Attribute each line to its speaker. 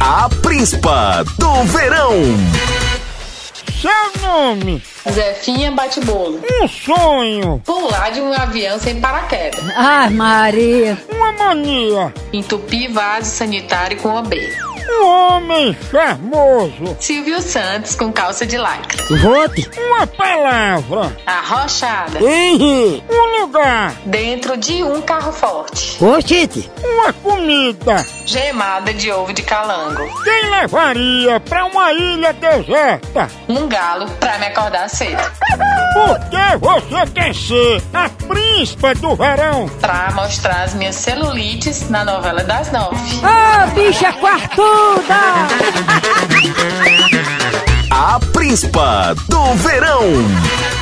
Speaker 1: A Príncipa do Verão.
Speaker 2: Seu nome,
Speaker 3: Zefinha bate bolo.
Speaker 2: um sonho,
Speaker 3: Pular de um avião sem paraquedas.
Speaker 4: Ai, Maria.
Speaker 2: uma mania,
Speaker 3: Entupir vaso sanitário com OB.
Speaker 2: um homem charmoso,
Speaker 3: Silvio Santos com calça de lycra.
Speaker 4: Vote.
Speaker 2: uma palavra,
Speaker 3: Arrochada.
Speaker 4: Henri.
Speaker 2: um lugar,
Speaker 3: Dentro de um carro forte.
Speaker 4: Oxite.
Speaker 2: uma comida.
Speaker 3: Gemada de ovo de calango.
Speaker 2: Quem levaria pra uma ilha deserta?
Speaker 3: Um galo pra me acordar cedo.
Speaker 2: Porque você quer ser a príncipa do verão?
Speaker 3: Pra mostrar as minhas celulites na novela das nove.
Speaker 4: Ô, Ah, bicha quartuda.
Speaker 1: A Príncipa do Verão.